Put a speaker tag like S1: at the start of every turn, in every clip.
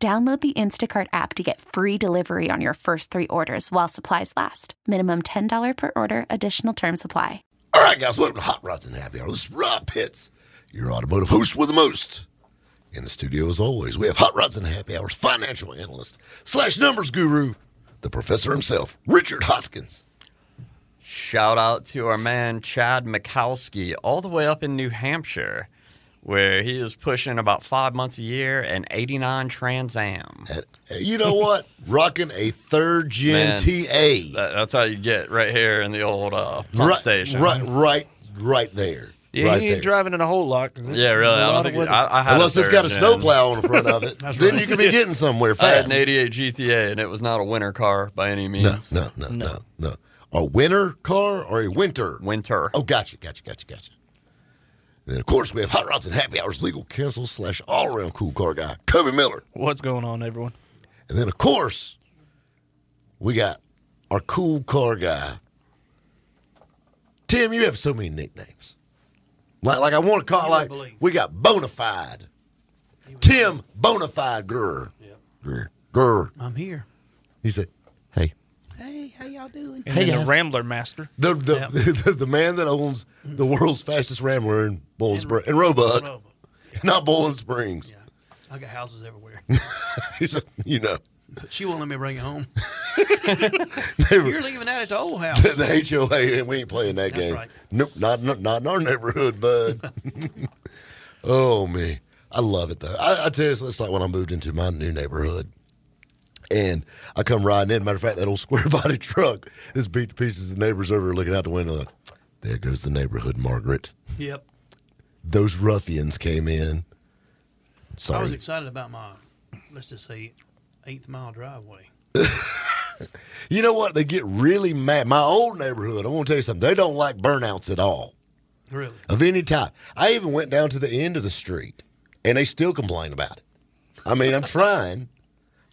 S1: Download the Instacart app to get free delivery on your first three orders while supplies last. Minimum $10 per order, additional term supply.
S2: All right, guys, welcome to Hot Rods and Happy Hour. This is Rob Pitts, your automotive host with the most. In the studio, as always, we have Hot Rods and Happy Hours financial analyst slash numbers guru, the professor himself, Richard Hoskins.
S3: Shout out to our man Chad Mikowski, all the way up in New Hampshire, where he is pushing about five months a year and 89 Trans Am.
S2: And uh, you know what? Rocking a third gen
S3: Man.
S2: TA.
S3: That, that's how you get right here in the old uh, pump
S2: right,
S3: station.
S2: right, right, right there.
S4: Yeah,
S2: right
S4: he ain't
S2: there.
S4: driving it a whole lot. 'cause it-
S3: Yeah, really.
S4: a
S3: I
S4: lot
S3: don't
S4: of
S3: think
S4: weather.
S3: I, I had
S2: Unless it's got a
S3: third gen.
S2: snowplow on the front of it, then
S4: right.
S2: you could be getting somewhere
S3: I had
S2: fast.
S3: an 88 GTA, and it was not a winter car by any
S2: No,
S3: means.
S2: no, no, no, no. A winter car or a winter?
S3: Winter.
S2: Oh, gotcha, gotcha, gotcha, gotcha. Then, of course, we have Hot Rods and Happy Hours legal counsel slash all around cool car guy, Covey Miller.
S4: What's going on, everyone?
S2: And then, of course, we got our cool car guy. Tim, you have so many nicknames. Like, like I want to call, like,
S4: believe.
S2: we got Bonafide. Tim Bonafide Gurr. Gurr. Gurr.
S5: I'm here.
S2: He said, hey.
S5: Hey, how y'all doing?
S4: And
S2: Hey,
S4: then
S2: guys.
S4: the Rambler Master.
S2: The the, the the man that owns the world's fastest Rambler in Bowling Springs in Roebuck, not Bowling Springs.
S5: I got houses everywhere.
S2: He said, you know,
S5: she won't let me bring it home.
S2: they were,
S5: You're leaving that at the old house.
S2: the, HOA, and we ain't playing that
S5: That's
S2: game.
S5: right.
S2: Nope, not, not not in our neighborhood, bud. oh man, I love it though. I, I tell you, it's, it's like when I moved into my new neighborhood. And I come riding in. Matter of fact, that old square body truck is beat to pieces. The neighbors over looking out the window. Like, there goes the neighborhood, Margaret.
S5: Yep.
S2: Those ruffians came in. Sorry.
S5: I was excited about my, let's just say, eighth mile driveway.
S2: You know what? They get really mad. My old neighborhood, I want to tell you something, they don't like burnouts at all
S5: Really?
S2: of any type. I even went down to the end of the street and they still complain about it. I mean, I'm trying.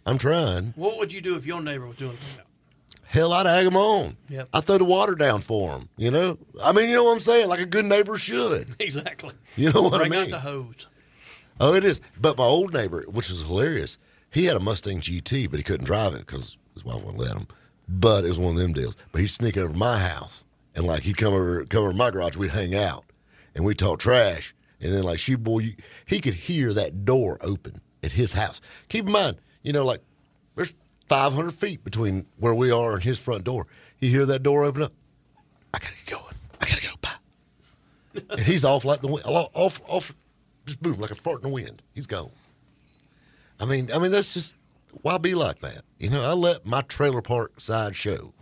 S2: I'm trying.
S5: What would you do if your neighbor was doing that?
S2: Hell, I'd hang them on.
S5: Yep.
S2: I throw the water down for them, you know? I mean, you know what I'm saying? Like a good neighbor should.
S5: Exactly.
S2: You know what
S5: bring
S2: I
S5: out
S2: mean?
S5: the hose.
S2: Oh, it is. But my old neighbor, which was hilarious, he had a Mustang GT, but he couldn't drive it because his wife wouldn't let him. But it was one of them deals. But he'd sneak over my house and like he'd come over, come over to my garage. We'd hang out and we'd talk trash. And then like she, boy, you, he could hear that door open at his house. Keep in mind, you know, like there's 500 feet between where we are and his front door. You hear that door open up. I gotta get going. I gotta go. Bye and he's off like the wind, off, off, just boom, like a fart in the wind. He's gone. I mean, I mean, that's just why be like that? You know, I let my trailer park side show.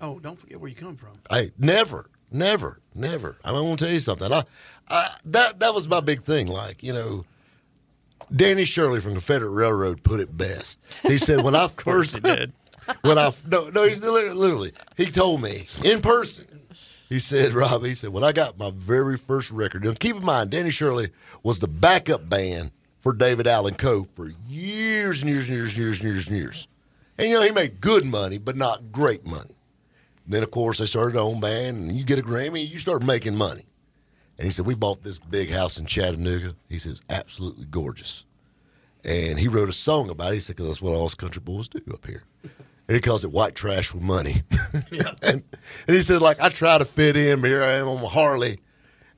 S5: Oh, don't forget where you come from.
S2: Hey, never, never, never. I want to tell you something. I, I, that that was my big thing. Like you know, Danny Shirley from Confederate Railroad put it best. He said, "When I first
S3: He did.
S2: when I no no he's literally, literally he told me in person. He said, Rob, he said, when I got my very first record, now keep in mind, Danny Shirley was the backup band for David Allen Coe for years and years and years and years and years and years. And you know, he made good money, but not great money. Then of course they started their own band and you get a Grammy, you start making money. And he said, We bought this big house in Chattanooga. He says, absolutely gorgeous and he wrote a song about it. He said, 'Cause that's what all us country boys do up here." And he calls it "white trash with money." and, and he said, "Like I try to fit in, but here I am on my Harley,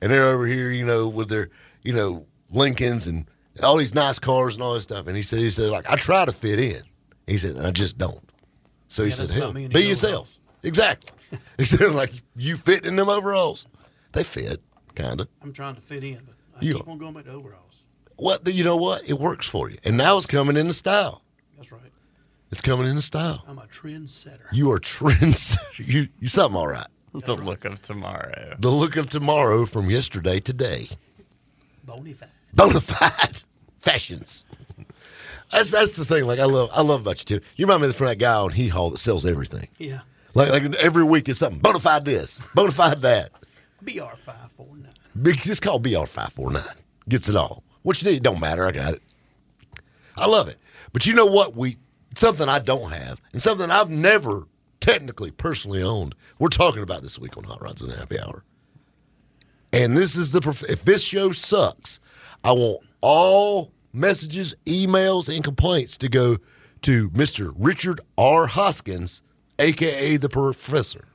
S2: and they're over here, you know, with their, you know, Lincolns and all these nice cars and all this stuff." And he said, "He said like I try to fit in." He said, "And I just don't." So he
S5: Yeah,
S2: said,
S5: that's about
S2: "Hell,
S5: me in
S2: be
S5: these
S2: yourself." Exactly. he said, "Like you fit in them overalls. They fit, kind of."
S5: I'm trying to fit in, but I
S2: You-
S5: keep on going back to overalls.
S2: What you know? What it works for you, and now it's coming into style.
S5: That's right.
S2: It's coming into style.
S5: I'm a trendsetter.
S2: You are trends. you you something all right.
S3: The look of tomorrow.
S2: The look of tomorrow from yesterday today.
S5: Bonafide.
S2: Bonafide fashions. That's that's the thing. Like I love I love about you too. You remind me from that guy on Hee Haw that sells everything.
S5: Yeah.
S2: Like like every week it's something. Bonafide this, bonafide that.
S5: BR five four nine.
S2: Big, just call BR five four nine. Gets it all. What you need don't matter. I got it. I love it. But you know what? We something I don't have, and something I've never technically personally owned. We're talking about this week on Hot Rods and Happy Hour. And this is the prof- if this show sucks, I want all messages, emails, and complaints to go to Mister Richard R. Hoskins, aka the Professor,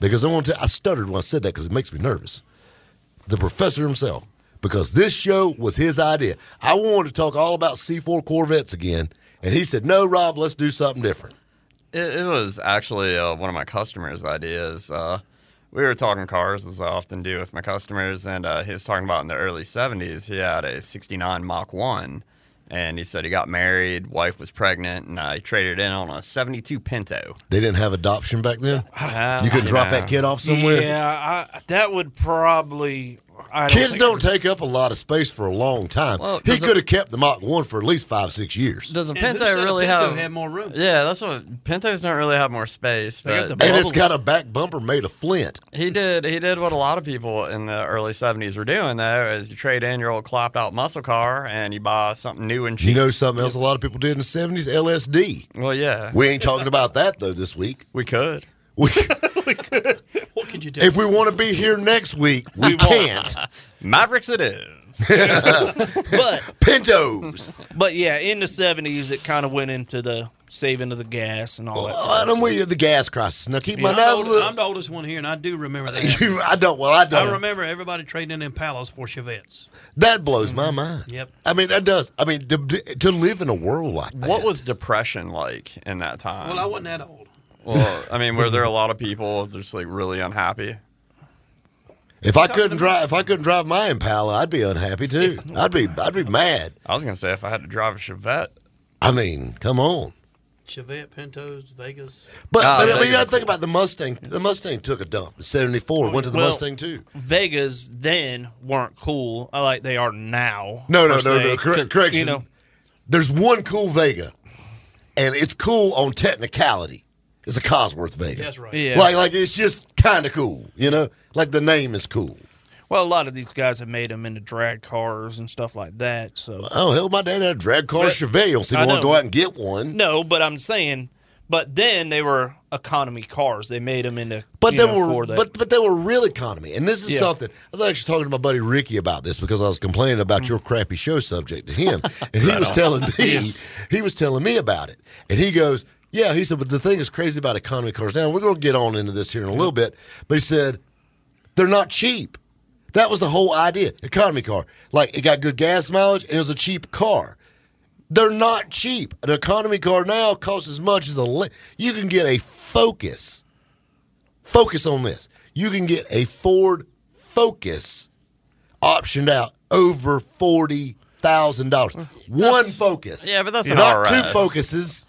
S2: because I want to. I stuttered when I said that because it makes me nervous the professor himself, because this show was his idea. I wanted to talk all about C4 Corvettes again, and he said, "No, Rob, let's do something different."
S3: It, it was actually uh, one of my customers' ideas. Uh, we were talking cars, as I often do with my customers, and uh, he was talking about in the early 70s, he had a 69 Mach 1, and he said he got married, wife was pregnant, and uh, he traded in on a 72 Pinto.
S2: They didn't have adoption back then. You couldn't drop that kid off somewhere.
S4: Yeah, I, that would probably. I don't
S2: Kids
S4: think-
S2: don't take up a lot of space for a long time.
S3: Well,
S2: he
S3: does it-
S2: could have kept the Mach 1 for at least five, six years.
S3: Does a
S5: And who
S3: Pinto
S5: said a
S3: really
S5: Pinto
S3: have
S5: had more room?
S3: Yeah, that's what Pintos don't really have more space.
S4: They got
S3: But
S4: the
S2: and it's
S4: bubble.
S2: got a back bumper made of flint.
S3: he did he did what a lot of people in the early '70s were doing though, is you trade in your old clopped out muscle car and you buy something new and cheap.
S2: You know something else a lot of people did in the 70s? LSD.
S3: well, yeah, we,
S2: We ain't talking about that, though, this week.
S3: could.
S2: We,
S5: What could you do?
S2: if we want to be here next week, we can't.
S3: Mavericks, it is.
S4: But
S2: Pintos.
S4: but yeah, in the seventies, it kind of went into the saving of the gas and all that.
S2: Well, I
S4: stuff.
S2: don't we the gas crisis. Now keep my
S5: I'm, the
S2: nose.
S5: oldest, I'm the oldest one here, and I do remember that.
S2: You, I don't. Well, I don't.
S5: I remember everybody trading in Impalas for Chevettes.
S2: that blows my mind.
S5: Yep.
S2: I mean, that does. I mean, to, to live in a world like that.
S3: What was depression like in that time?
S5: Well, I wasn't that old.
S3: Well, I mean, were there a lot of people just like really unhappy?
S2: if I couldn't drive? If I couldn't drive my Impala, I'd be unhappy too. I'd be. I'd be mad.
S3: I was gonna say if I had to drive a Chevette,
S2: I mean, come on.
S5: Chevette, Pintos, Vegas.
S2: But,
S3: Oh,
S2: but I
S3: there
S2: mean,
S3: you
S2: you got to
S3: go.
S2: think about the Mustang. The Mustang took a dump in '74. went to the
S4: Well-
S2: Mustang too.
S4: Vegas then weren't cool uh, like they are now.
S2: No, no,
S4: per
S2: no, no.
S4: se.
S2: Correct, correction.
S4: You know,
S2: There's one cool Vega, and it's cool on technicality. It's a Cosworth Vega.
S5: That's right.
S4: yeah.
S2: Like, like it's just kind of cool, you know. Like the name is cool.
S4: well, a lot of these guys have made them into drag cars and stuff like that. So
S2: Oh hell, my dad had a drag car
S4: But-
S2: Chevelle. You don't see
S4: I
S2: one
S4: know.
S2: go out and get one.
S4: no, but I'm saying, but then they were economy cars. They made them into.
S2: But
S4: you
S2: they
S4: know,
S2: were,
S4: for that.
S2: but but they were real economy, and this is
S4: Yeah.
S2: something I was actually talking to my buddy Ricky about this because I was complaining
S4: Mm.
S2: about your crappy show subject to him, and he was telling me, he was telling me about it, and he goes, yeah, he said, but the thing is crazy about economy cars. Now we're going to get on into this here in a little bit, but he said they're not cheap. That was the whole idea, economy car. Like it got good gas mileage, and it was a cheap car. They're not cheap. An economy car now costs as much as a. Le- you can get a Focus focus on this. You can get a Ford Focus optioned out over forty thousand dollars. One Focus.
S3: yeah, but Mm. that's an
S2: not
S3: RS.
S2: two Focuses.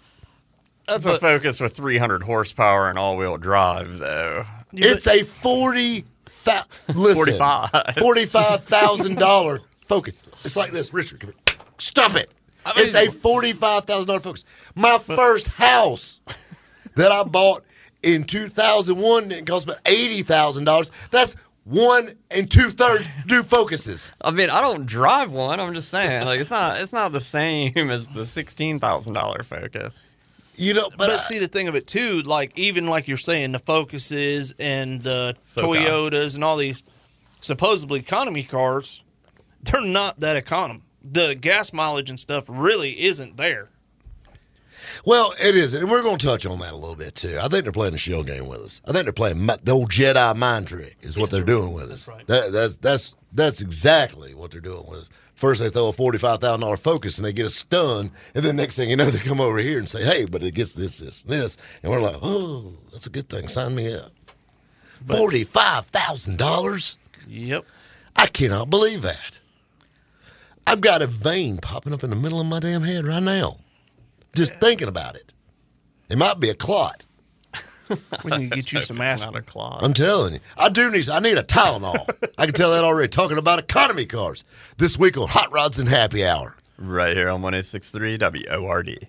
S3: that's a Focus with 300 horsepower and all-wheel drive, though.
S2: It's a forty. Thou- listen,
S3: 45.
S2: forty-five thousand dollar Focus. It's like this, Richard. Come here. Stop it. it's a forty-five thousand dollar Focus. My first house that I bought in two thousand one didn't cost but eighty thousand dollars. That's one and two thirds new Focuses.
S3: I mean, I don't drive one. I'm just saying, like it's not it's not the same as the sixteen thousand dollar Focus.
S2: You know, but,
S4: But
S2: I-
S4: see the thing of it too, like even like you're saying, the Focuses and the
S3: Foci.
S4: Toyotas and all these supposedly economy cars, they're not that economy. The gas mileage and stuff really isn't there.
S2: well, it is, and we're going to touch on that a little bit too. I think they're playing a shell game with us. I think they're playing mi- the old Jedi mind trick is what they're doing with us.
S5: right.
S2: That, that's that's that's exactly what they're doing with us. First, they throw a forty-five thousand dollar focus, and they get a stun, and then next thing you know, they come over here and say, "Hey, but it gets this, this, and this," and we're like, "Oh, that's a good thing. Sign me up." Forty-five thousand dollars.
S4: Yep.
S2: I cannot believe that. I've got a vein popping up in the middle of my damn head right now. Just thinking about it. It might be a clot.
S4: We need to get you some
S3: It's not a
S4: aspirin.
S3: clock.
S2: I'm telling you. I do need I need a Tylenol. I can tell that already. Talking about economy cars. This week on Hot Rods and Happy Hour.
S3: Right here on 1063 WORD.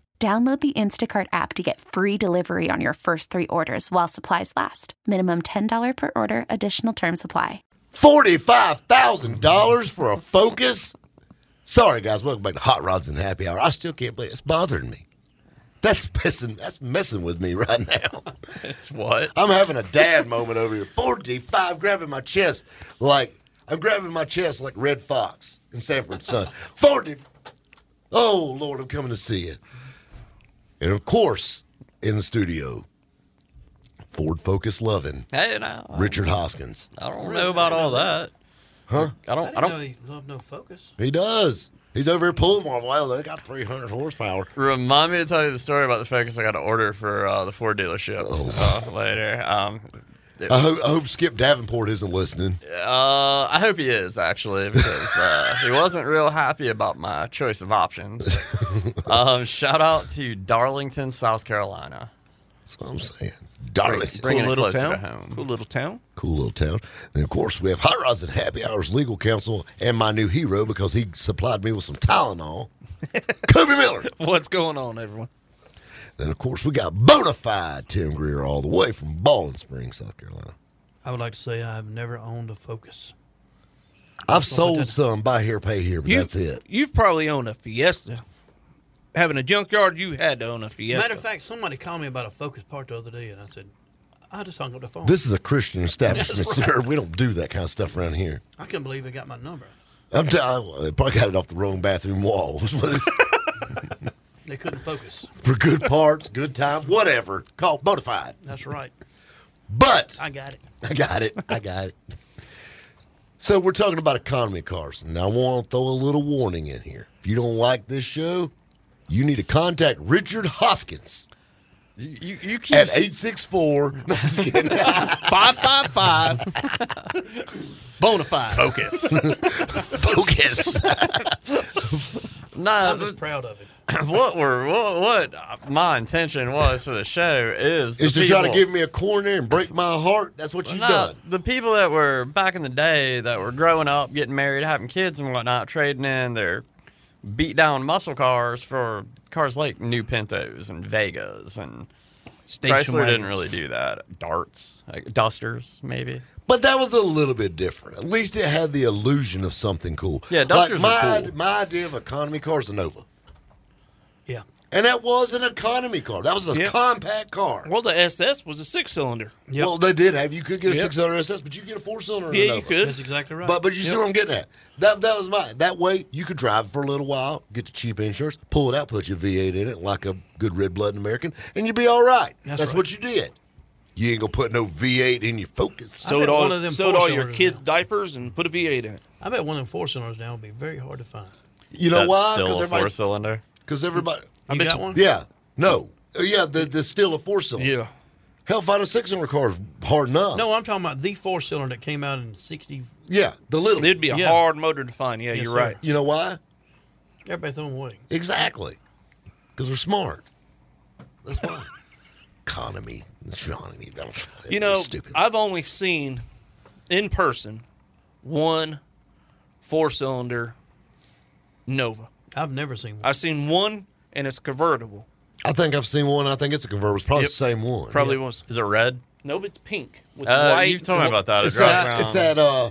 S1: Download the Instacart app to get free delivery on your first three orders while supplies last. Minimum $10 per order, additional term supply.
S2: $45,000 for a Focus? Sorry, guys. Welcome back to Hot Rods and Happy Hour. I still can't believe it's bothering me. That's pissing. That's messing with me right now.
S3: It's what?
S2: I'm having a dad moment over here. 45, grabbing my chest like I'm grabbing my chest like Red Fox in Sanford Son. 40. Oh Lord, I'm coming to see you. And of course, in the studio, Ford Focus loving
S3: Hey, now. I-
S2: Richard Hoskins.
S3: I don't know about all that. Huh? I
S5: I
S3: don't. I
S5: didn't know
S3: don't.
S5: he loved no focus.
S2: He does. He's over here pulling one. Well, they got 300 horsepower.
S3: Remind me to tell you the story about the Focus I got to order for uh, the Ford dealership
S2: Oh.
S3: uh, later. Um,
S2: I hope, I hope Skip Davenport isn't listening.
S3: uh, I hope he is actually because uh, he wasn't real happy about my choice of options. um, shout out to Darlington, South Carolina.
S2: That's what I'm saying. Darling.
S3: Bringing
S4: cool
S3: it
S4: little
S3: closer
S4: town.
S3: to home.
S4: Cool little town.
S2: cool little town. And of course, we have Hot Rods and Happy Hours Legal Counsel and my new hero because he supplied me with some Tylenol, Kobe Miller.
S4: What's going on, everyone?
S2: Then, of course, we got bona fide Tim Greer all the way from Ballin Springs, South Carolina.
S5: I would like to say I've never owned a focus.
S2: I've sold some buy here, pay here, but
S4: You-
S2: that's it.
S4: You've probably owned a Fiesta. Having a junkyard, you had to own a Fiesta.
S5: Matter of fact, somebody called me about a focus part the other day, and I said, I just hung up the phone.
S2: This is a Christian establishment, sir. We don't do that kind of stuff around here.
S5: I couldn't believe it got my number.
S2: I'm t- I probably got it off the wrong bathroom wall.
S5: They couldn't focus.
S2: For good parts, good time, whatever. Call bona fide.
S5: That's right.
S2: But
S5: I got it.
S2: I got it. I got it. So we're talking about economy cars, and I want to throw a little warning in here. If you don't like this show, you need to contact Richard Hoskins
S3: You, you, you keep
S2: at 864. No, I'm just kidding.
S4: five five five. Bonafide.
S3: focus.
S2: Focus.
S3: no,
S5: I'm just proud of it.
S3: what were what, what my intention was for the show is
S2: Is
S3: the
S2: to try to
S3: people-
S2: give me a corner and break my heart. That's what you've
S3: No,
S2: done.
S3: the people that were back in the day that were growing up, getting married, having kids and whatnot, trading in their beat down muscle cars for cars like new Pintos and Vegas and Chrysler didn't really do that. Darts, like dusters, maybe.
S2: But that was a little bit different. At least it had the illusion of something cool.
S3: Yeah, Dusters
S2: like my,
S3: were cool.
S2: my idea of economy car is a Nova.
S5: Yeah.
S2: And that was an economy car. That was a
S4: Yeah.
S2: compact car.
S4: Well, the SS was a six cylinder.
S5: Yep.
S2: Well, they did have. You could get a
S4: Yep.
S2: six cylinder SS, but you get a four cylinder.
S4: Yeah, you could.
S5: That's exactly right.
S2: But but you see what I'm getting at. That that was my that way you could drive for a little while, get the cheap insurance, pull it out, put your V8 in it like a good red blooded American, and you'd be all right. That's,
S5: That's right.
S2: what you did. You ain't gonna put no V8 in your Focus.
S4: Sewed
S5: bet
S4: all,
S5: one of them
S4: sewed all your
S5: four-cylinders
S4: kids'
S5: now.
S4: diapers and put a V8 in it.
S5: I bet one of them four cylinders now would be very hard to find.
S2: you know
S3: That's
S2: why?
S3: Still a four
S2: everybody,
S3: cylinder.
S2: because everybody,
S5: You
S4: bet
S5: got
S4: you-
S5: one?
S2: yeah, no, Uh, yeah, the the still a four cylinder. Hell, find a six cylinder car is hard enough.
S5: No, I'm talking about the four cylinder that came out in 60.
S2: yeah, the little.
S4: It'd be a
S5: Yeah.
S4: hard motor to find. Yeah,
S5: Yes,
S4: you're
S5: sir.
S4: right.
S2: You know why?
S5: Everybody throwing away.
S2: Exactly. Because we're smart. That's why. Economy. Economy. Don't,
S4: You know,
S2: stupid.
S4: I've only seen in person one four cylinder Nova.
S5: I've never seen one.
S4: I've seen one, and it's convertible.
S2: I think I've seen one. I think it's a convertible. It's probably
S4: Yep.
S2: the same one.
S4: Probably was.
S3: Is it red?
S4: No, it's pink with
S3: Uh,
S4: white.
S3: you've told me about that. It
S2: It's
S3: drives
S2: that.
S3: around.
S2: It's that. Uh,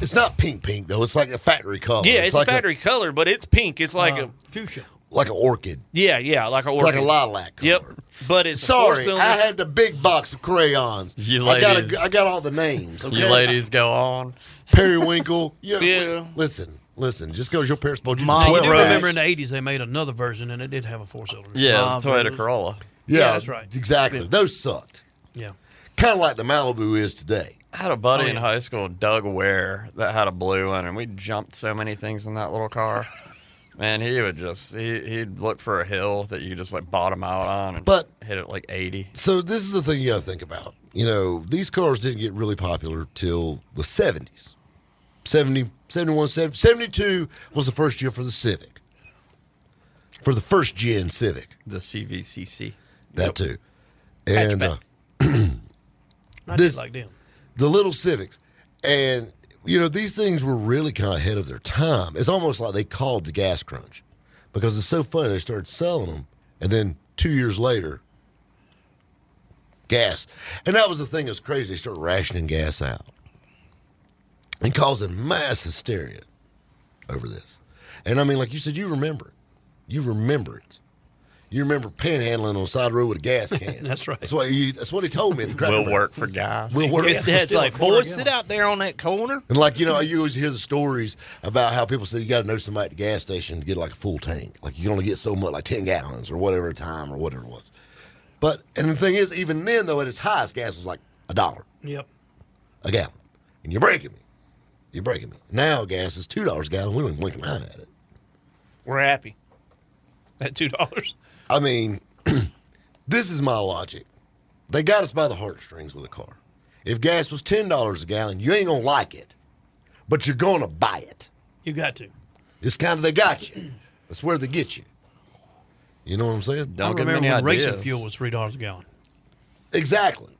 S2: it's not pink pink though. It's like a factory color.
S4: Yeah, it's,
S2: like
S4: a factory color, but it's pink. It's like
S5: Uh,
S4: a
S5: fuchsia.
S2: like an orchid,
S4: yeah, yeah, like a
S2: like a
S4: orchid.
S2: lilac. Color.
S4: Yep, but it's
S2: Sorry,
S4: A four
S2: I had the big box of crayons.
S3: You
S2: I got
S3: ladies.
S2: a, I got all the names. Okay?
S3: You ladies go on.
S2: Periwinkle. You know,
S4: Yeah.
S2: Listen, listen. Just because your parents bought you
S4: Mom,
S2: the
S5: I
S4: you
S2: 12
S5: do
S2: packs.
S5: remember in the 80s they made another version and it did have a four cylinder.
S3: Yeah, it's a
S4: Mom,
S3: Toyota
S4: dude.
S3: Corolla.
S2: Yeah,
S5: Yeah, that's right.
S2: Exactly. Those sucked.
S5: Yeah.
S2: Kind of like the Malibu is today.
S3: I had a buddy
S5: Oh,
S3: in
S5: yeah.
S3: high school, Doug Ware, that had a blue one, and we jumped so many things in that little car. Man, he would just he he'd look for a hill that you could just like bottom out on and
S2: But-
S3: hit it like eighty.
S2: So this is the thing you got to think about. You know, these cars didn't get really popular till the 70s. 70, 71, 70, 72 was the first year for the Civic. For the first gen Civic,
S3: The CVCC.
S2: that too. And uh,
S5: Not
S2: This-
S5: just like them.
S2: the little Civics. And, you know, these things were really kind of ahead of their time. It's almost like they called the gas crunch because it's so funny. They started selling them. And then two years later, gas. And that was the thing that's crazy. They started rationing gas out and causing mass hysteria over this. And I mean, like you said, you remember it. You remember it. You remember panhandling on the side of the road with a gas can.
S5: That's right.
S2: That's what, you, that's what he told me. at the cracker
S3: Will
S2: barrel.
S3: work for guys.
S2: Will work.
S4: His dad's
S2: Still,
S4: like,
S2: come on,
S4: boys,
S2: yeah."
S4: sit out there on that corner.
S2: And like you know, you always hear the stories about how people say you got to know somebody at the gas station to get like a full tank. Like you can only get so much, like ten gallons or whatever a time or whatever it was. But and the thing is, even then though, at its highest, gas was like a dollar
S5: Yep.
S2: a gallon, and you're breaking me. You're breaking me. Now gas is two dollars a gallon. We don't even blink an eye at it.
S4: We're happy. At two dollars.
S2: I mean, this is my logic. They got us by the heartstrings with a car. If gas was ten dollars a gallon, you ain't gonna like it, but you're gonna buy it.
S5: You got to.
S2: It's kind of they got you. That's where they get you. You know what I'm saying?
S3: Don't
S5: I
S3: get
S5: remember
S3: many
S5: when
S3: ideas.
S5: racing fuel was three dollars a gallon,
S2: Exactly.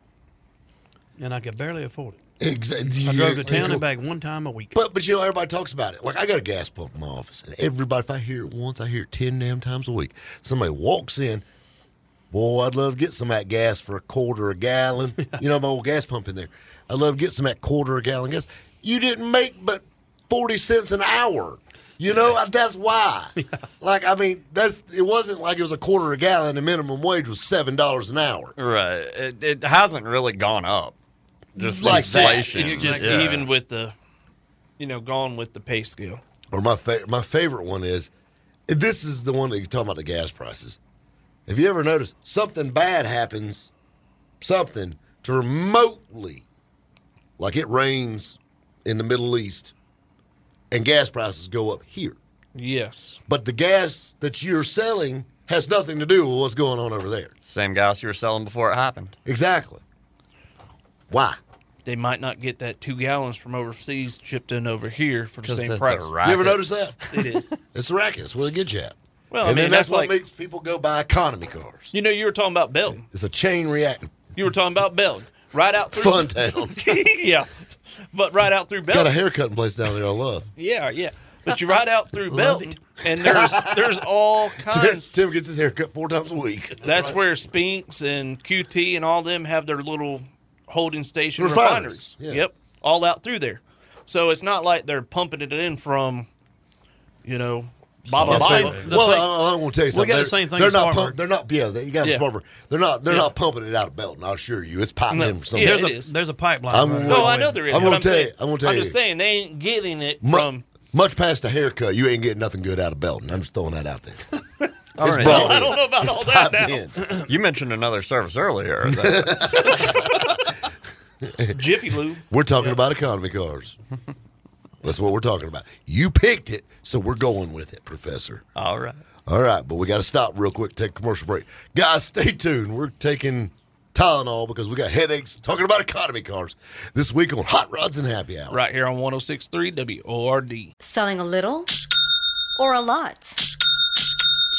S5: and I could barely afford it.
S2: Exactly.
S5: I drove to town and back one time a week.
S2: But but you know everybody talks about it. Like I got a gas pump in my office, and everybody if I hear it once, I hear it ten damn times a week. Somebody walks in, boy, I'd love to get some of that gas for a quarter a gallon. you know my old gas pump in there. I'd love to get some of that quarter a gallon gas. You didn't make but forty cents an hour. You know that's why. Like I mean, that's it wasn't like it was a quarter a gallon. The minimum wage was seven dollars an hour.
S3: Right. It, it hasn't really gone up. Just
S2: Like that.
S3: inflation.
S4: It's just
S3: yeah.
S4: even with the, you know, gone with the pay scale.
S2: or my fa- my favorite one is this is the one that you're talking about the gas prices. Have you ever noticed something bad happens, something to remotely, like it rains in the Middle East, and gas prices go up here,
S4: Yes.
S2: but the gas that you're selling has nothing to do with what's going on over there.
S3: same gas you were selling before it happened.
S2: Exactly. Why?
S4: They might not get that two gallons from overseas shipped in over here for the
S3: Because
S4: same
S3: it's
S4: price.
S3: a
S2: You ever
S3: racket.
S2: notice that?
S4: It is.
S2: It's the racket. It's where they get you at.
S4: Well, I
S2: and
S4: mean,
S2: then that's,
S4: that's
S2: what
S4: like-
S2: makes people go buy economy cars.
S4: You know, you were talking about Belton.
S2: It's a chain reaction.
S4: You were talking about Belton. Right out through
S2: Fun town.
S4: yeah. But right out through
S2: Got a
S4: Belton.
S2: haircut place down there I love.
S4: Yeah, yeah. But you ride out through Belton and there's there's all
S2: Tim,
S4: kinds
S2: Tim gets his haircut four times a week.
S4: That's where Spinks and QT and all them have their little holding station
S2: Refineries,
S4: refineries.
S2: yeah.
S4: Yep, all out through there. So it's not like they're pumping it in from, you know, Baba
S2: I'm saying-
S4: Baba.
S5: Baba. the
S2: well,
S5: thing-
S2: I, I'm going to tell you something.
S5: got the
S2: they're,
S5: same thing
S2: They're
S5: as
S2: not.
S5: Farmer.
S2: Pump, they're not. Yeah, they, you got
S4: Yeah.
S2: yeah. Farmer. They're not. They're
S4: Yeah.
S2: not pumping it out of Belton. I assure you, it's piping
S4: No.
S2: in from somewhere.
S4: Yeah,
S5: there's
S4: it
S5: a
S4: is.
S5: there's a pipeline.
S2: I'm
S5: running
S2: with-
S4: No,
S5: that
S4: I
S5: way.
S4: know there is.
S2: I'm
S4: but
S2: gonna tell you-
S4: saying,
S2: I'm gonna tell
S4: I'm just
S2: you.
S4: saying they ain't getting it
S2: Mu-
S4: from.
S2: much past the haircut, you ain't getting nothing good out of Belton. I'm just throwing that out there. it's
S3: All right.
S2: brought
S4: I
S2: in.
S4: don't know about
S2: It's
S4: all that
S2: piped
S4: now.
S2: in.
S3: You mentioned another service earlier. That,
S4: Jiffy Lube.
S2: We're talking about economy cars. That's what we're talking about. You picked it, so we're going with it, Professor.
S3: all right.
S2: All right, but we got to stop real quick, take a commercial break. Guys, stay tuned. We're taking Tylenol because we got headaches talking about economy cars this week on Hot Rods and Happy Hour.
S4: Right here on 106.3 WORD.
S6: Selling a little or a lot?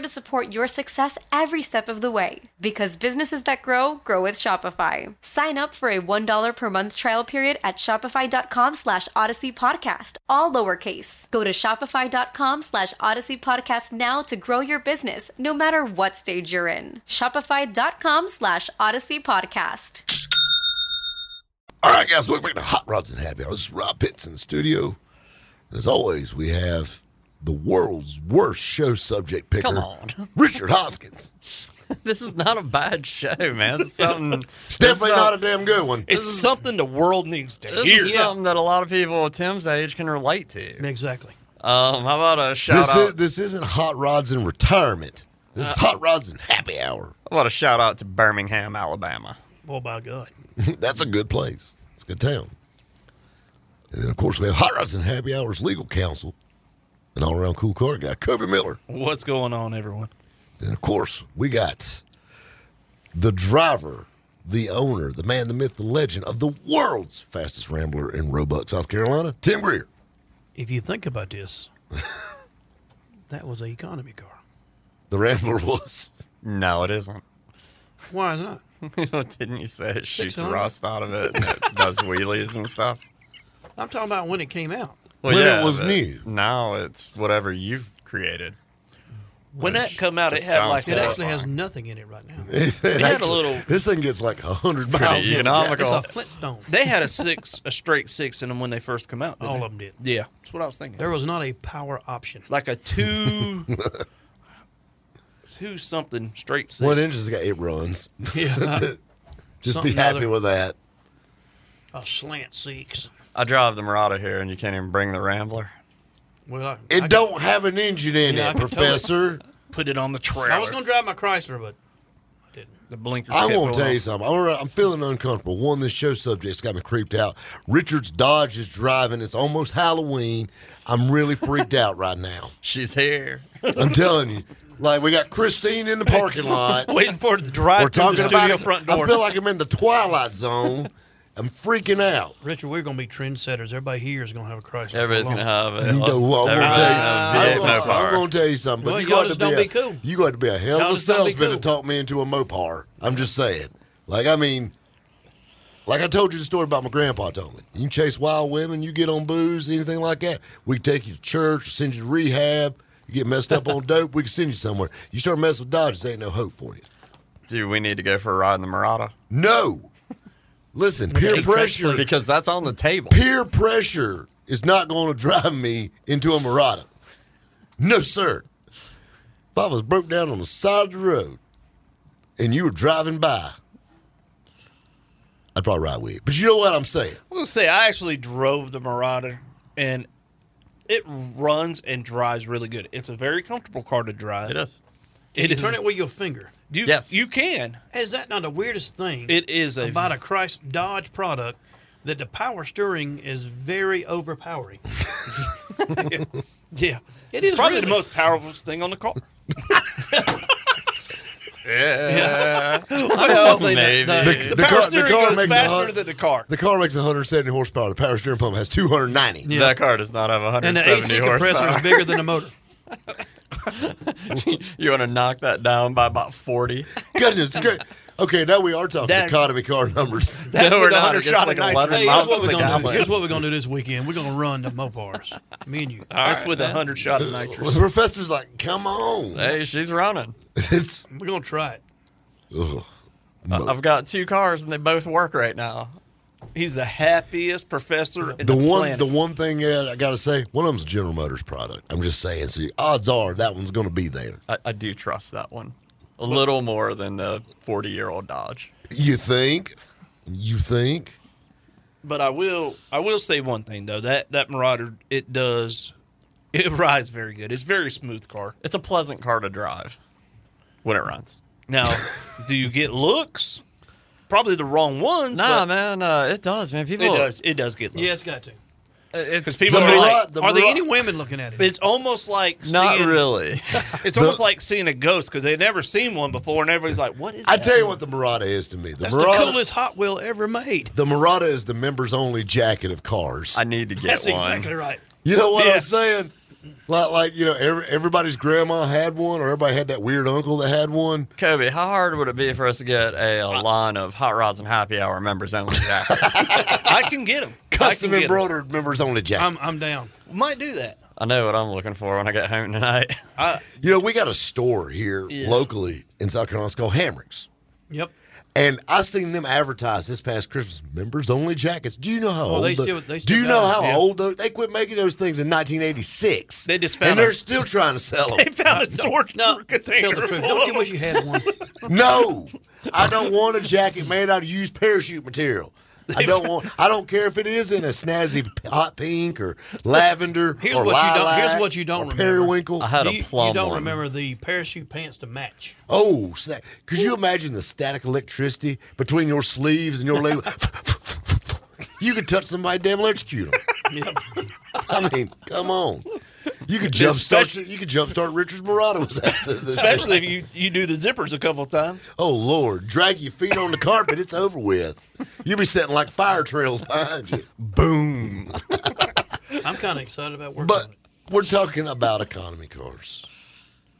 S6: to support your success every step of the way. Because businesses that grow grow with Shopify. Sign up for a $1 per month trial period at Shopify.com slash Odyssey Podcast, all lowercase. Go to Shopify.com slash Odyssey Podcast now to grow your business, no matter what stage you're in. Shopify.com slash Odyssey Podcast.
S2: All right, guys, welcome back to Hot Rods and Happy Hour. This is Rob Pitts in the studio. And as always, we have the world's worst show subject picker,
S3: Come on.
S2: Richard Hoskins.
S3: This is not a bad show, man. This is something.
S2: It's definitely not a damn good one.
S4: It's something the world needs to
S3: This
S4: hear.
S3: is something that a lot of people of Tim's age can relate to.
S5: Exactly.
S3: Um, how about a shout
S2: This,
S3: out?
S2: is, this isn't Hot Rods in retirement. This is Hot Rods and Happy Hour.
S3: How about a shout out to Birmingham, Alabama?
S5: Well, by God.
S2: That's a good place. It's a good town. And then, of course, we have Hot Rods and Happy Hours Legal Counsel and all around cool car guy, Kobe Miller.
S4: What's going on, everyone?
S2: And of course, we got the driver, the owner, the man, the myth, the legend of the world's fastest rambler in Roebuck, South Carolina, Tim Greer.
S5: If you think about this, that was an economy car.
S2: The rambler was.
S3: No, it isn't.
S5: Why not?
S3: Didn't you say it shoots
S5: 600?
S3: rust out of it and it does wheelies and stuff?
S5: I'm talking about when it came out.
S3: Well,
S2: When it was
S3: but
S2: new.
S3: Now it's whatever you've created.
S4: When that come out, it
S3: Just
S4: had
S3: sounds
S4: like
S5: It
S3: Well,
S4: a,
S5: actually has
S3: fine.
S5: nothing in it right now.
S2: It,
S4: had a little-
S2: This thing gets like 100 miles.
S3: Pretty
S2: an hour.
S5: It's
S3: economical.
S5: a Flintstone.
S4: they had a six, a straight six in them when they first come out. didn't
S5: All
S4: they?
S5: of them did.
S4: Yeah, that's what I was thinking.
S5: There was not a power option.
S4: like a two, two something straight six.
S2: What engine got? It runs.
S5: Yeah.
S2: Just
S5: Something
S2: be happy
S5: other-
S2: with that.
S5: a slant six.
S3: I drive the Murata here and you can't even bring the Rambler.
S5: Well, I,
S2: It
S5: I,
S2: don't have an engine in
S5: Yeah, I
S2: it,
S5: can tell it.
S2: Professor.
S4: Put it on the trailer.
S5: I was going to drive my Chrysler, but I didn't.
S4: the blinkers.
S2: I'm
S4: kept
S2: gonna
S4: going
S2: tell you
S4: off.
S2: something. I'm, alright- I'm feeling uncomfortable. One, this show subject's got me creeped out. Richard's Dodge is driving. It's almost Halloween. I'm really freaked out right now.
S3: She's here.
S2: I'm telling you. Like we got Christine in the parking lot.
S4: Waiting for it to drive
S2: We're
S4: to the
S2: talking about
S4: studio
S2: it.
S4: front
S2: I
S4: door.
S2: feel like I'm in the twilight zone. I'm freaking out.
S5: Richard, we're going to be trendsetters. Everybody here is going to have a Chrysler.
S3: Everybody's
S5: for
S3: going to
S5: long.
S3: have a.
S2: You know, well, I'm, gonna
S3: everybody's
S2: tell you,
S3: gonna have a
S2: I'm,
S3: V8
S2: gonna, I'm
S3: Mopar.
S2: gonna tell you something. But
S5: Well,
S2: you
S5: y'all
S2: got to
S5: just
S2: be,
S5: don't
S2: a,
S5: be cool.
S2: You got to be a hell
S5: Y'all
S2: of a
S5: just don't be
S2: salesman to
S5: cool.
S2: talk me into a Mopar. I'm just saying. Like I mean, like I told you the story about my grandpa told me. You can chase wild women, you get on booze, anything like that. We can take you to church, send you to rehab. You get messed up on dope, we can send you somewhere. You start messing with Dodges, ain't no hope for you.
S3: Dude, we need to go for a ride in the Murata
S2: No. Listen, peer
S5: Exactly.
S2: pressure.
S3: because that's on the table.
S2: peer pressure is not going to drive me into a Murata. No, sir. If I was broke down on the side of the road and you were driving by, I'd probably ride with you. But you know what I'm saying?
S4: I'm gonna say I actually drove the Murata, and it runs and drives really good. It's a very comfortable car to drive.
S3: It is.
S5: Can
S4: It
S5: you
S4: is-
S5: turn it with your finger.
S4: You,
S3: Yes.
S4: you can.
S5: Is that not the weirdest thing?
S4: It is a
S5: about a Chrysler Dodge product that the power steering is very overpowering.
S4: yeah.
S5: It
S4: it's
S5: is
S4: probably the
S5: really-
S4: most powerful thing on the car. yeah. Well, the-
S3: Maybe.
S4: The,
S3: The-
S4: the,
S3: the
S4: power
S2: car- the
S4: steering
S2: car
S4: goes
S2: makes a
S4: faster
S2: hun-
S4: than the car.
S2: The car makes 170 horsepower. The power steering pump has 290.
S3: That car does not have
S5: And the
S3: 170
S5: AC compressor is
S3: horsepower.
S5: bigger than the motor.
S3: you want to knock that down by about 40?
S2: Goodness great. Okay, now we are talking
S4: That-
S2: economy car numbers.
S4: That's
S3: no, we're
S4: with
S3: not.
S4: 100
S3: It gets
S4: shot
S3: like
S4: of
S3: 11
S4: nitrous.
S5: Here's
S3: miles
S5: what,
S3: to
S5: we're
S3: the
S5: gonna do.
S3: gallon.
S5: Here's what we're going to do this weekend. We're going to run the Mopars, me and you.
S4: That's with a 100 shot of nitrous.
S2: the professor's like, come on.
S3: Hey, she's running.
S2: It's,
S5: We're going to try it.
S2: ugh.
S3: I- I've got two cars and they both work right now.
S4: He's the happiest professor in
S2: the
S4: the,
S2: one
S4: planet.
S2: the one thing uh, I gotta say, one of them's a General Motors product. I'm just saying, so odds are that one's gonna be there.
S3: I, I do trust that one a little more than the 40 year old Dodge.
S2: You think? You think?
S4: But I will I will say one thing though that that Marauder it does It rides very good. It's a very smooth car.
S3: It's a pleasant car to drive when it runs.
S4: Now, do you get looks? Probably the wrong ones.
S3: Nah,
S4: but
S3: man, uh, it does, man. People, uh,
S4: it does. It does get looks.
S5: Yeah, it's got to.
S3: It's
S4: 'Cause people
S2: The
S4: are like,
S2: Mirage- the
S5: Are there
S2: Mirage-
S5: any women looking at it?
S4: it's almost like
S3: not
S4: seeing-
S3: really.
S4: It's almost like seeing a ghost because they've never seen one before, and everybody's like, "What is?"
S2: I
S4: that?"
S2: tell you what the Murata is to me. The
S5: That's
S2: Murata,
S5: the coolest Hot Wheel ever made.
S2: the Murata is the members only jacket of cars.
S3: I need to get
S5: That's
S3: one.
S5: exactly right.
S2: You know what
S4: Yeah.
S2: I'm saying? Like, like you know, every, everybody's grandma had one, or everybody had that weird uncle that had one.
S3: Kobe, how hard would it be for us to get a, uh line of Hot Rods and Happy Hour members only jackets?
S4: I can get them.
S2: Custom embroidered members only jackets.
S5: I'm I'm down.
S4: Might do that.
S3: I know what I'm looking for when I get home tonight.
S2: you know, we got a store here locally in South Carolina it's called Hamricks.
S5: Yep.
S2: And I seen them advertise this past Christmas members only jackets. Do you know how
S5: Oh,
S2: old
S5: they
S2: tho-
S5: still- they still
S2: Do you
S5: got
S2: know
S5: them,
S2: how
S5: yeah.
S2: old those they quit making those things in 1986?
S4: They just
S2: and
S4: found
S2: they're
S4: a-
S2: still trying to sell them.
S4: They found a storage
S5: No,
S4: container.
S5: tell the truth.
S4: full
S5: Don't
S4: of
S5: you
S4: 'em.
S5: wish you had one?
S2: No, I don't want a jacket made out of used parachute material. I don't want. I don't care if it is in a snazzy hot pink or lavender
S5: Here's
S2: or
S5: what you don't- here's
S2: lilac
S5: what you don't
S2: or
S5: remember.
S2: periwinkle.
S3: I had
S5: you,
S3: a
S5: you
S3: plum
S5: don't
S3: one.
S5: remember the parachute pants to match.
S2: Oh, snap. could you imagine the static electricity between your sleeves and your leg? you could touch somebody, damn electrocute them.
S5: Yep.
S2: I mean, come on. You could jump start.
S4: spec-
S2: You could jump start Richard's Murados after this.
S4: Especially if you, you do the zippers a couple times.
S2: Oh Lord, drag your feet on the carpet. It's over with. You'll be sitting like fire trails behind you.
S3: Boom.
S5: I'm kind of excited about working
S2: But
S5: on it.
S2: we're talking about economy cars.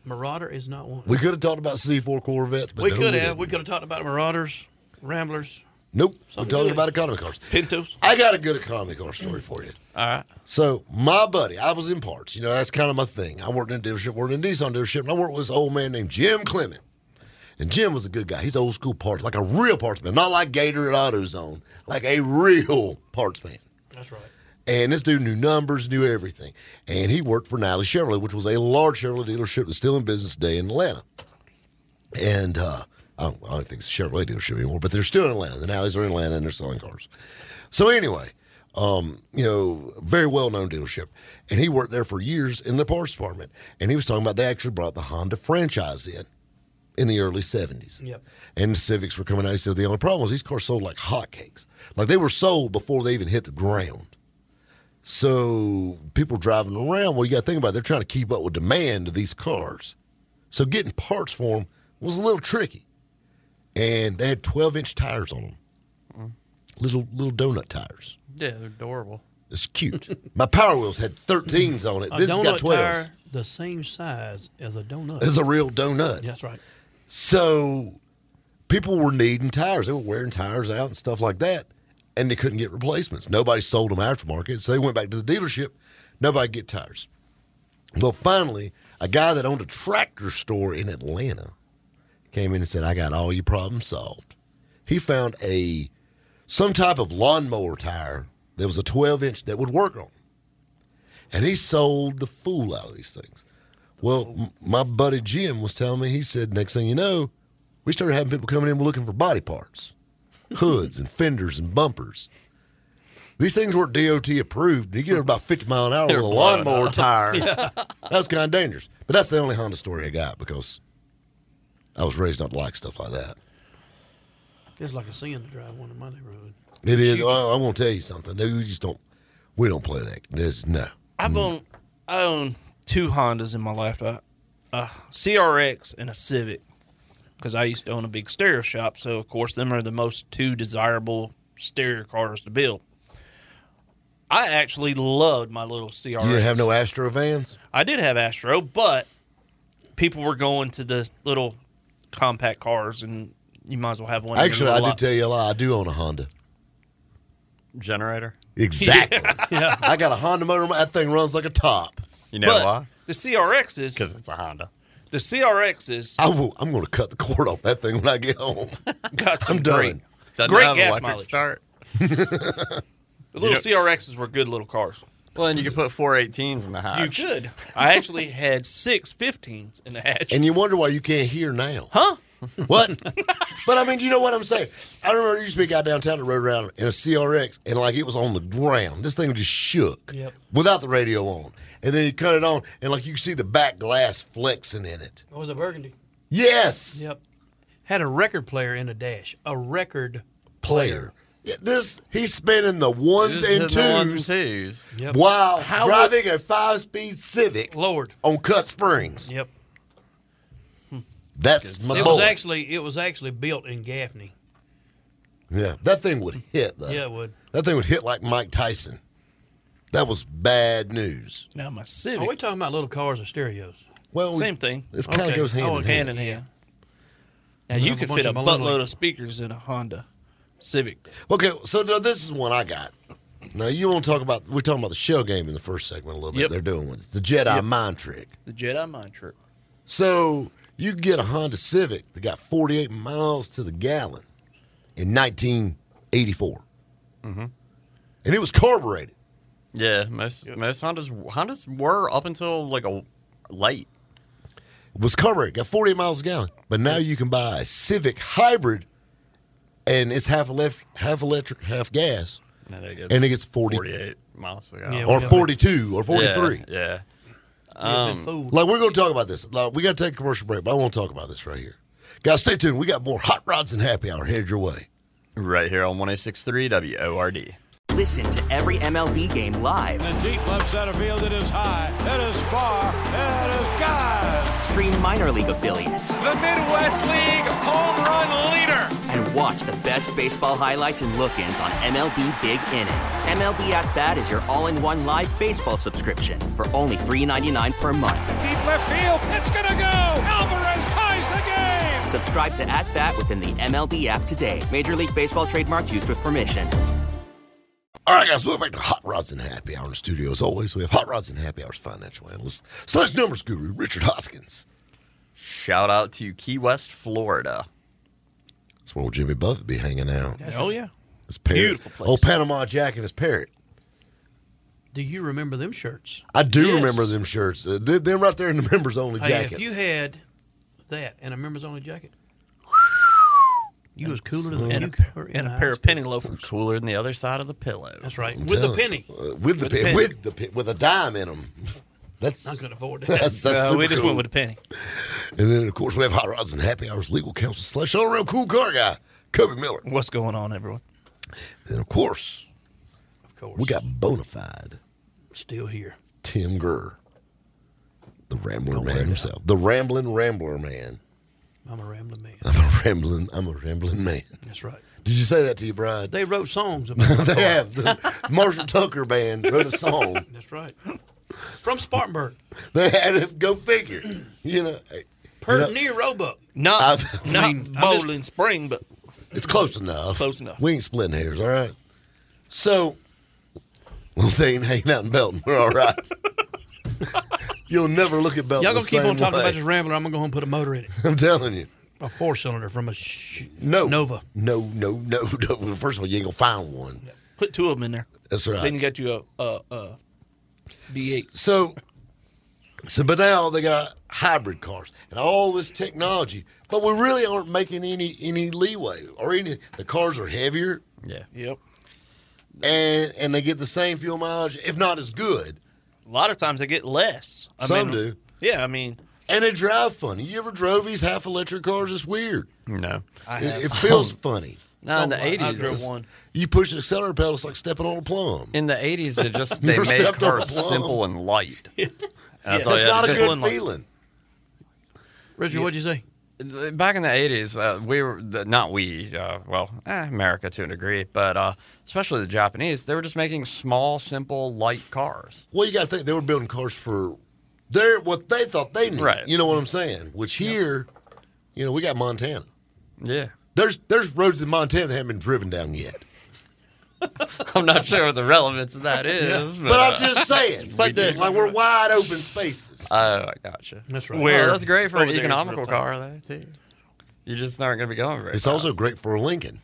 S5: Marauder is not one.
S2: We could have talked about C4 Corvettes, but
S5: We
S2: no,
S5: could have.
S2: didn't.
S5: We could have talked about Marauders, Ramblers.
S2: Nope. We're
S5: Something
S2: talking
S5: really-
S2: about economy cars.
S5: Pintos.
S2: I got a good economy car story for you.
S3: All right.
S2: So my buddy, I was in parts. You know, that's kind of my thing. I worked in a dealership, worked in a Nissan dealership, and I worked with this old man named Jim Clement. And Jim was a good guy. He's old school parts, like a real parts man, not like Gator at AutoZone, like a real parts man.
S5: That's right.
S2: And this dude knew numbers, knew everything. And he worked for Natalie Chevrolet, which was a large Chevrolet dealership that's still in business today in Atlanta. And uh, I, don't, I don't think it's a Chevrolet dealership anymore, but they're still in Atlanta. The Natalies are in Atlanta and they're selling cars. So anyway, um, you know, very well known dealership. And he worked there for years in the parts department. And he was talking about they actually brought the Honda franchise in in the early 70s.
S5: Yep.
S2: And Civics were coming out. He said the only problem was these cars sold like hotcakes. Like they were sold before they even hit the ground. So people driving around, well, you got to think about it, they're trying to keep up with demand of these cars. So getting parts for them was a little tricky. And they had 12 inch tires on them,
S5: Mm.
S2: little, little donut tires.
S3: Yeah, they're adorable.
S2: It's cute. My Power Wheels had 13s on it.
S5: A
S2: this has
S5: donut
S2: got 12s.
S5: tire the same size as a donut.
S2: It's a real donut.
S5: That's right.
S2: So people were needing tires. They were wearing tires out and stuff like that, and they couldn't get replacements. Nobody sold them aftermarket, so they went back to the dealership. Nobody could get tires. Well, finally, a guy that owned a tractor store in Atlanta came in and said, "I got all your problems solved." He found a some type of lawnmower tire that was a 12 inch that would work on, 'em. and he sold the fool out of these things. Well, m- my buddy Jim was telling me, he said, next thing you know, we started having people coming in looking for body parts, hoods and fenders and bumpers. These things weren't DOT approved. You get over about 50 mile an hour
S3: They're
S2: with a
S3: blowing
S2: lawnmower tire. That's kind of dangerous. But that's the only Honda story I got because I was raised not to like stuff like that.
S5: It's like a sin to drive one in my neighborhood.
S2: It is. I, I want to tell you something. No, we just don't. We don't play that. There's no.
S4: I've owned I own two Hondas in my life, a, a CRX and a Civic, because I used to own a big stereo shop. So of course, them are the most two desirable stereo cars to build. I actually loved my little CRX.
S2: You didn't have no Astro vans.
S4: I did have Astro, but people were going to the little compact cars, and you might as well have one. in your
S2: Actually, I
S4: little
S2: did
S4: lot.
S2: tell you a lie. I do own a Honda.
S3: Generator.
S2: Exactly.
S5: Yeah.
S2: I got a Honda motor. That thing runs like a top.
S3: You know
S4: But
S3: why?
S4: the CRX is
S3: Because it's a Honda.
S4: the CRX is
S2: I will, I'm going to cut the cord off that thing when I get home.
S4: got some
S2: I'm done.
S4: great,
S3: Doesn't
S4: great
S3: have
S4: gas
S3: electric
S4: mileage.
S3: start.
S4: The little
S3: You
S4: CRXs were good little cars.
S3: Well, and you could put 418s in the hatch.
S4: You could. I actually had six 15s in the hatch.
S2: And you wonder why you can't hear now.
S4: huh?
S2: What? but I mean, you know what I'm saying? I remember there used to be a guy downtown that rode around in a CRX and like it was on the ground. This thing just shook
S5: Yep.
S2: without the radio on. And then you cut it on and like you could see the back glass flexing in it.
S5: It was a burgundy.
S2: Yes.
S5: Yep. Had a record player in a dash. A record
S2: Player. Yeah, this he's spinning the ones
S3: Just
S2: and
S3: hitting the ones and
S2: twos
S3: twos.
S5: Yep.
S2: while
S5: How
S2: driving a five speed Civic
S5: Lord.
S2: on Cut Springs.
S5: Yep.
S2: That's my
S5: It
S2: boy.
S5: was actually it was actually built in Gaffney.
S2: yeah, that thing would hit though.
S5: Yeah, it would.
S2: That thing would hit like Mike Tyson. That was bad news.
S4: Now my
S5: Are we
S4: Civic,
S5: talking about little cars or stereos?
S2: Well,
S4: same thing.
S2: This kind of
S5: Okay.
S2: goes hand
S4: oh,
S2: in
S4: hand
S2: hand.
S4: in hand. Now you
S5: have a
S4: could
S5: bunch
S4: fit a
S5: of balloon-
S4: buttload of speakers in a Honda Civic.
S2: Okay, so now this is one I got. Now you want to talk about? We're talking about the shell game in the first segment a little bit.
S4: Yep.
S2: They're doing one. It's the Jedi mind trick.
S4: The Jedi mind trick.
S2: So you can get a Honda Civic that got 48 miles to the gallon in 1984,
S3: Mm-hmm.
S2: and it was carbureted.
S3: Yeah, most most Hondas Hondas were up until like a late.
S2: It was carbureted, got 48 miles a gallon. But now you can buy a Civic hybrid, and it's half elect, half electric, half gas,
S3: And it gets,
S2: and it gets 40
S3: 48 miles an hour.
S5: Yeah,
S4: Oh,
S3: Yeah,
S5: we
S2: or
S5: know.
S2: 42 or 43.
S3: Yeah.
S5: Um, fooled.
S2: Like we're going to talk about this. Like, we got to take a commercial break, but I want to talk about this right here. Guys, stay tuned. We got more hot rods and happy hour headed your way.
S3: Right here on 1063 WORD.
S7: Listen to every MLB game live.
S8: The deep left center field, it is high, it is far, it is God.
S7: Stream minor league affiliates
S9: The Midwest League home run leader.
S7: and watch the best baseball highlights and look ins on MLB Big Inning. MLB At Bat is your all in one live baseball subscription for only $3.99 per month.
S9: Deep left field. It's going to go. Alvarez ties the game.
S7: Subscribe to At Bat within the MLB app today. Major League Baseball trademarks used with permission.
S2: All right, guys, welcome back to Hot Rods and Happy Hour in the studio. As always, we have Hot Rods and Happy Hours financial analyst slash numbers guru Richard Hoskins.
S3: Shout out to Key West, Florida.
S2: That's where old Jimmy Buffett be hanging out.
S4: Oh yeah.
S2: His parrot.
S4: Beautiful place.
S2: Old Panama Jack and his parrot.
S5: Do you remember them shirts?
S2: I do
S4: Yes.
S2: remember them shirts. Uh, they, them right there in the members only
S5: Hey,
S2: jackets.
S5: Oh, if you had that and a members only jacket, you was cooler than
S4: And
S5: you
S4: a,
S5: were in
S4: and a
S5: high
S4: pair of
S5: school.
S4: penny loafers.
S3: Cooler than the other side of the pillow.
S5: That's right, with a
S2: telling you.
S5: penny.
S2: Uh, with the,
S4: With the
S2: pen-
S4: pen.
S2: with the pen- with a dime in them. That's
S5: I couldn't afford that.
S2: that's, that's
S4: Uh, we
S2: super
S4: just
S2: cool.
S4: went with a penny.
S2: And then, of course, we have Hot Rods and Happy Hours legal counsel slash all real cool car guy, Kobe Miller.
S4: What's going on, everyone?
S2: And, of course,
S5: of course,
S2: we got bona fide
S5: still here.
S2: Tim Gurr, the Rambler Man himself, the Rambling Rambler Man.
S5: I'm a rambling man.
S2: I'm a rambling. I'm a rambling man.
S5: That's right.
S2: Did you say that to your bride?
S5: They wrote songs about.
S2: They have the Marshall Tucker Band wrote a song.
S5: That's right. From Spartanburg,
S2: They had it. Go figure. You know,
S5: per
S2: Yeah.
S5: near Roebuck.
S4: Not
S2: I've-
S4: not
S5: mean, I'm just-
S4: Bowling Spring, but
S2: It's close enough.
S4: Close enough.
S2: We ain't splitting hairs, all right? So, we'll say ain't hanging out in Belton. We're all right. You'll never look at Belton.
S5: Y'all
S2: the
S5: gonna keep
S2: same
S5: on talking
S2: way.
S5: about this Rambler? I'm gonna go home and put a motor in it,
S2: I'm telling you.
S5: a four cylinder from a sh-
S2: No.
S5: Nova.
S2: No, no, no, no. Well, First of all, you ain't going to find one.
S4: put two of them in there.
S2: That's
S4: Then you
S2: right.
S4: got you a, a, a V8.
S2: So, so, but now they got hybrid cars and all this technology, but we really aren't making any any leeway or any. The cars are heavier.
S3: Yeah.
S4: Yep.
S2: and and they get the same fuel mileage, if not as good.
S4: A lot of times they get less. I
S2: Some
S4: mean,
S2: do.
S4: Yeah, I mean,
S2: And they drive funny. You ever drove these half electric cars? It's weird.
S3: No.
S4: I have.
S2: It, it feels funny.
S3: No, in the
S4: oh, I- I drove
S3: 80s.
S4: one.
S2: You push the accelerator pedal, it's like stepping on a plum.
S3: In the 80s, they just they
S2: Never
S3: made
S2: stepped on a
S3: cars
S2: plum.
S3: simple and light. And That's all
S2: That's
S3: you had
S2: not
S3: to
S2: a
S3: say.
S2: good
S4: One light.
S2: feeling.
S5: Richard, what'd you say?
S3: back in the 80s uh, we were the, not we uh, well eh, america to a degree but uh, especially the japanese they were just making small simple light cars
S2: Well, you got to think they were building cars for their what they thought they needed.
S3: Right.
S2: You know what I'm saying? Which here, you know, we got Montana.
S3: yeah
S2: There's there's roads in Montana that haven't been driven down yet.
S3: i'm not sure what the relevance of that is
S2: But I'm just saying,
S4: But the-
S2: like we're wide open spaces.
S3: oh i gotcha
S5: That's right.
S3: Well,
S4: Where-
S3: that's great for
S4: over
S3: an
S4: there is
S3: economical
S4: real tight.
S3: car though too you're just not going to be going very
S2: it's
S3: fast.
S2: also great for a Lincoln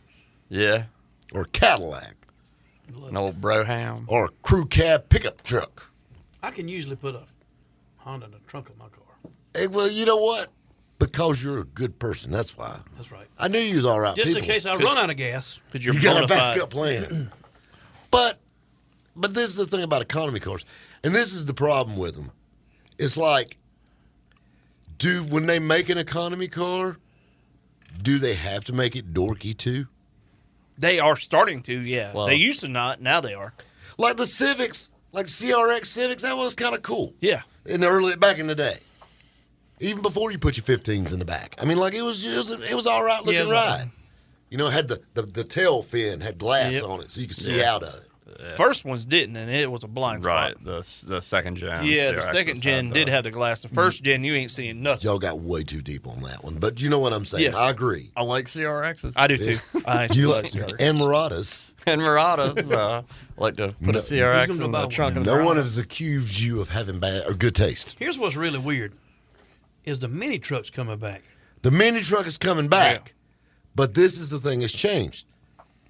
S3: yeah
S2: or a Cadillac
S3: an old broham
S2: or a crew cab pickup truck.
S5: I can usually put a Honda in the trunk of my car.
S2: Hey, well, you know what? Because you're a good person. That's why.
S5: That's right.
S2: I knew you was all right.
S5: Just in
S2: people.
S5: case I run out of gas.
S4: Because you're
S2: you got a
S4: bona fide.
S2: backup plan. but but this is the thing about economy cars, and this is the problem with them. It's like, do when they make an economy car, do they have to make it dorky too?
S4: They are starting to, yeah.
S3: Well-
S4: they used to not. Now they are.
S2: Like the Civics, like CRX Civics, that was kind of cool.
S4: Yeah.
S2: in the early back in the day. Even before you put your 15s in the back, I mean, like it was it was, it was all right looking
S5: Yeah, it was all
S2: ride. You know, it had the, the the tail fin had glass
S4: Yep.
S2: on it, so you could see out of it.
S4: First ones didn't, and it was a blind
S3: Right.
S4: spot.
S3: The s- the second gen.
S4: Yeah, the
S3: CRXs
S4: second
S3: had
S4: gen
S3: the-
S4: did have the glass. The first gen, you ain't seeing nothing.
S2: Y'all got way too deep on that one, but you know what I'm saying.
S4: Yes.
S2: I agree.
S3: I like CRXs.
S4: I do too. I actually
S2: You
S4: like
S2: like
S4: starters.
S2: and Muratas.
S3: and Muratas. Uh, I like to put
S2: No.
S3: a CRX
S5: Who's gonna
S3: in
S5: buy
S3: the
S5: one?
S3: trunk of the
S2: No one
S3: Murata.
S2: has accused you of having bad or good taste.
S5: Here's what's really weird is the mini trucks coming back.
S2: The mini truck is coming back, but this is the thing that's changed.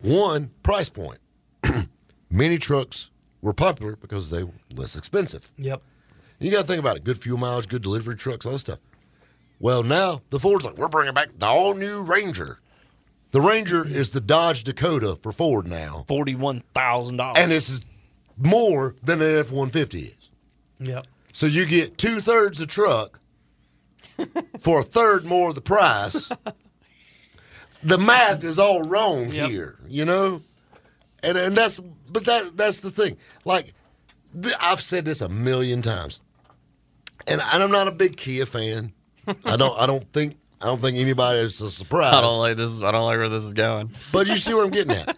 S2: One price point. mini trucks were popular because they were less expensive.
S5: Yep.
S2: You got to think about it. Good fuel mileage, good delivery trucks, all that stuff. Well, now the Ford's like, we're bringing back the all new Ranger. The Ranger is the Dodge Dakota for Ford now,
S4: Forty-one thousand dollars.
S2: and this is more than an F one fifty is.
S5: Yep.
S2: So you get two thirds the truck for a third more of the price. the math is all wrong
S5: Yep.
S2: here, you know, and and that's but that that's the thing. Like th- I've said this a million times, and, and I'm not a big Kia fan. I don't I don't think I don't think anybody is a surprise.
S3: I don't like this. I don't like where this is going.
S2: But you see where I'm getting at.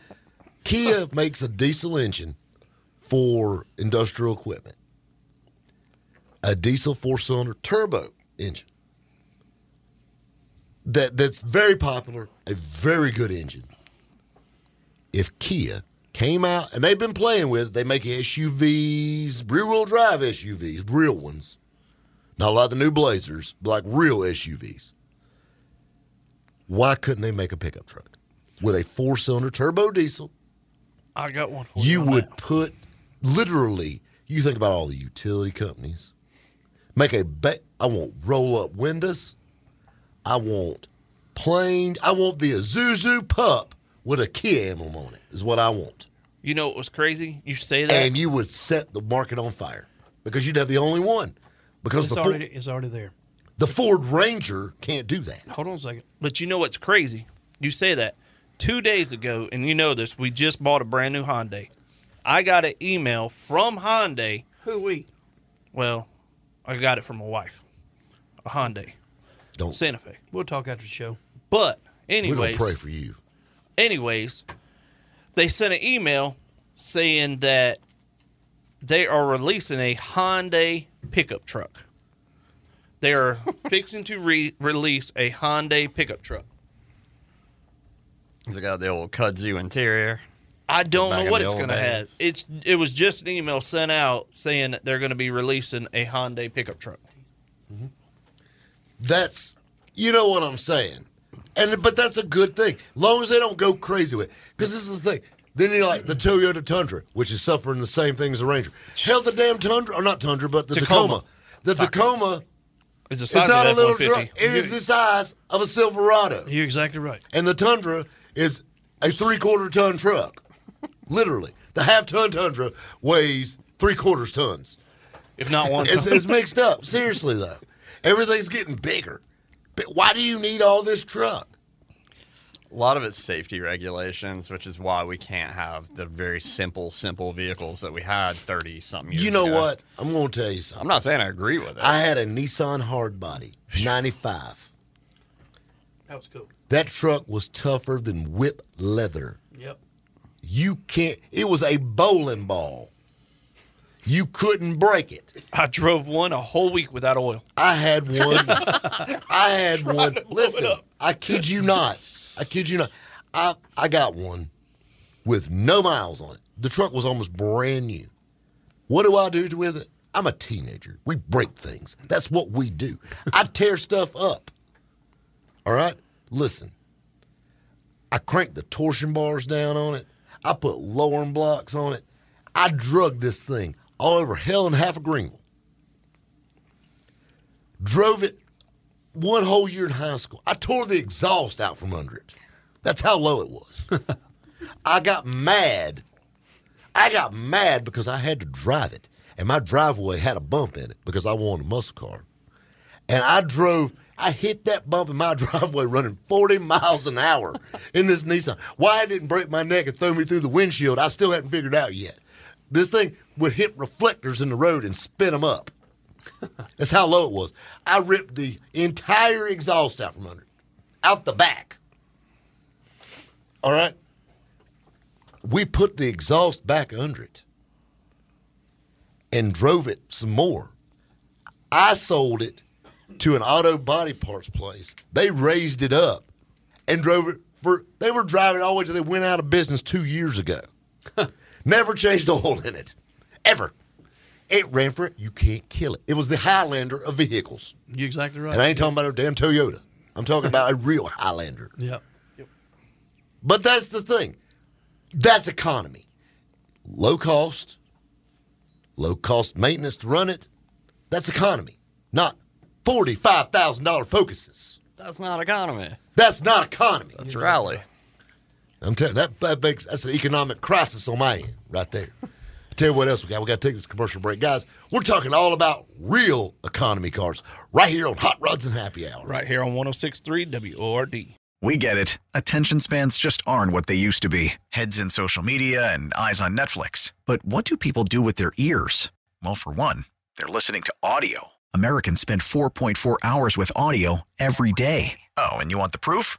S2: Kia makes a diesel engine for industrial equipment, a diesel four cylinder turbo engine that, that's very popular, a very good engine. If Kia came out and they've been playing with, it, they make SUVs, rear wheel drive SUVs, real ones. Not a lot of the new Blazers, but like real SUVs. Why couldn't they make a pickup truck with a four cylinder turbo diesel?
S4: I got one for you.
S2: you
S4: on
S2: would
S4: that.
S2: put literally you think about all the utility companies make a ba- i want roll up windows i want plain i want the azuzu pup with a kia emblem on it is what i want
S4: You know what was crazy? You say that.
S2: and you would set the market on fire because you'd have the only one because
S5: It's
S2: the, Fo-
S5: already it's already there.
S2: the ford ranger can't do that
S5: Hold on a second.
S4: But you know what's crazy? You say that. Two days ago, and you know this, we just bought a brand new Hyundai. I got an email from Hyundai.
S5: Who we?
S4: Well, I got it from my wife. A Hyundai.
S2: don't
S4: Santa Fe.
S5: We'll talk after the show.
S4: But
S2: we don't
S4: anyways,
S2: pray for you
S4: anyways, they sent an email saying that they are releasing a Hyundai pickup truck. They are fixing to re- release a Hyundai pickup truck.
S3: It's got the old kudzu interior.
S4: I don't
S3: Back
S4: know
S3: in
S4: what
S3: the
S4: it's
S3: old
S4: going to
S3: days.
S4: have. It's it was just an email sent out saying that they're going to be releasing a Hyundai pickup truck.
S2: That's you know what I'm saying. And but that's a good thing. Long as they don't go crazy with it. Because this is the thing. Then you like the Toyota Tundra, which is suffering the same thing as the Ranger. Hell the damn Tundra or not Tundra, but the Tacoma.
S4: Tacoma.
S2: The Tacoma
S4: It's a
S2: is
S4: size
S2: not a
S4: of
S2: little
S4: F
S2: truck.
S4: fifty.
S2: It is the size of a Silverado.
S5: You're exactly right.
S2: And the Tundra is a three quarter ton truck. Literally. The half ton Tundra weighs three quarters tons.
S4: If not one,
S2: It's, it's mixed up. Seriously, though. Everything's getting bigger. But why do you need all this truck?
S3: A lot of it's safety regulations, which is why we can't have the very simple, simple vehicles that we had thirty something years.
S2: You know
S3: ago.
S2: what? I'm going to tell you something.
S3: I'm not saying I agree with it.
S2: I had a Nissan Hardbody, 95.
S5: That was cool.
S2: That truck was tougher than whip leather.
S5: Yep.
S2: You can't, it was a bowling ball. You couldn't break it.
S4: I drove one a whole week without oil.
S2: I had one. I had one. Listen, I kid you not. I kid you not. I, I got one with no miles on it. The truck was almost brand new. What do I do with it? I'm a teenager. We break things. That's what we do. I tear stuff up. All right? Listen, I cranked the torsion bars down on it. I put lowering blocks on it. I drug this thing all over hell and half of Greenville. Drove it one whole year in high school. I tore the exhaust out from under it. That's how low it was. I got mad. I got mad because I had to drive it, and my driveway had a bump in it because I wanted a muscle car. And I drove. I hit that bump in my driveway running 40 miles an hour in this Nissan. Why it didn't break my neck and throw me through the windshield, I still hadn't figured out yet. This thing would hit reflectors in the road and spin them up. That's how low it was. I ripped the entire exhaust out from under it, out the back. All right. We put the exhaust back under it and drove it some more. I sold it to an auto body parts place. They raised it up and drove it for, they were driving it all the way till they went out of business two years ago. Never changed oil in it, ever. It ran for it. You can't kill it. It was the Highlander of vehicles.
S5: You're exactly right.
S2: And I ain't talking about a damn Toyota. I'm talking about a real Highlander.
S5: Yep.
S2: But that's the thing. That's economy. Low cost, low cost maintenance to run it. That's economy, not $45,000 focuses.
S3: That's not economy.
S2: That's not economy.
S3: That's rally.
S2: I'm telling that that makes that's an economic crisis on my end right there. tell you what else we got. We got to take this commercial break, guys. We're talking all about real economy cars right here on Hot Rods and Happy Hour.
S4: Right here on 1063 WORD.
S10: We get it. Attention spans just aren't what they used to be heads in social media and eyes on Netflix. But what do people do with their ears? Well, for one, they're listening to audio. Americans spend 4.4 hours with audio every day. Oh, and you want the proof?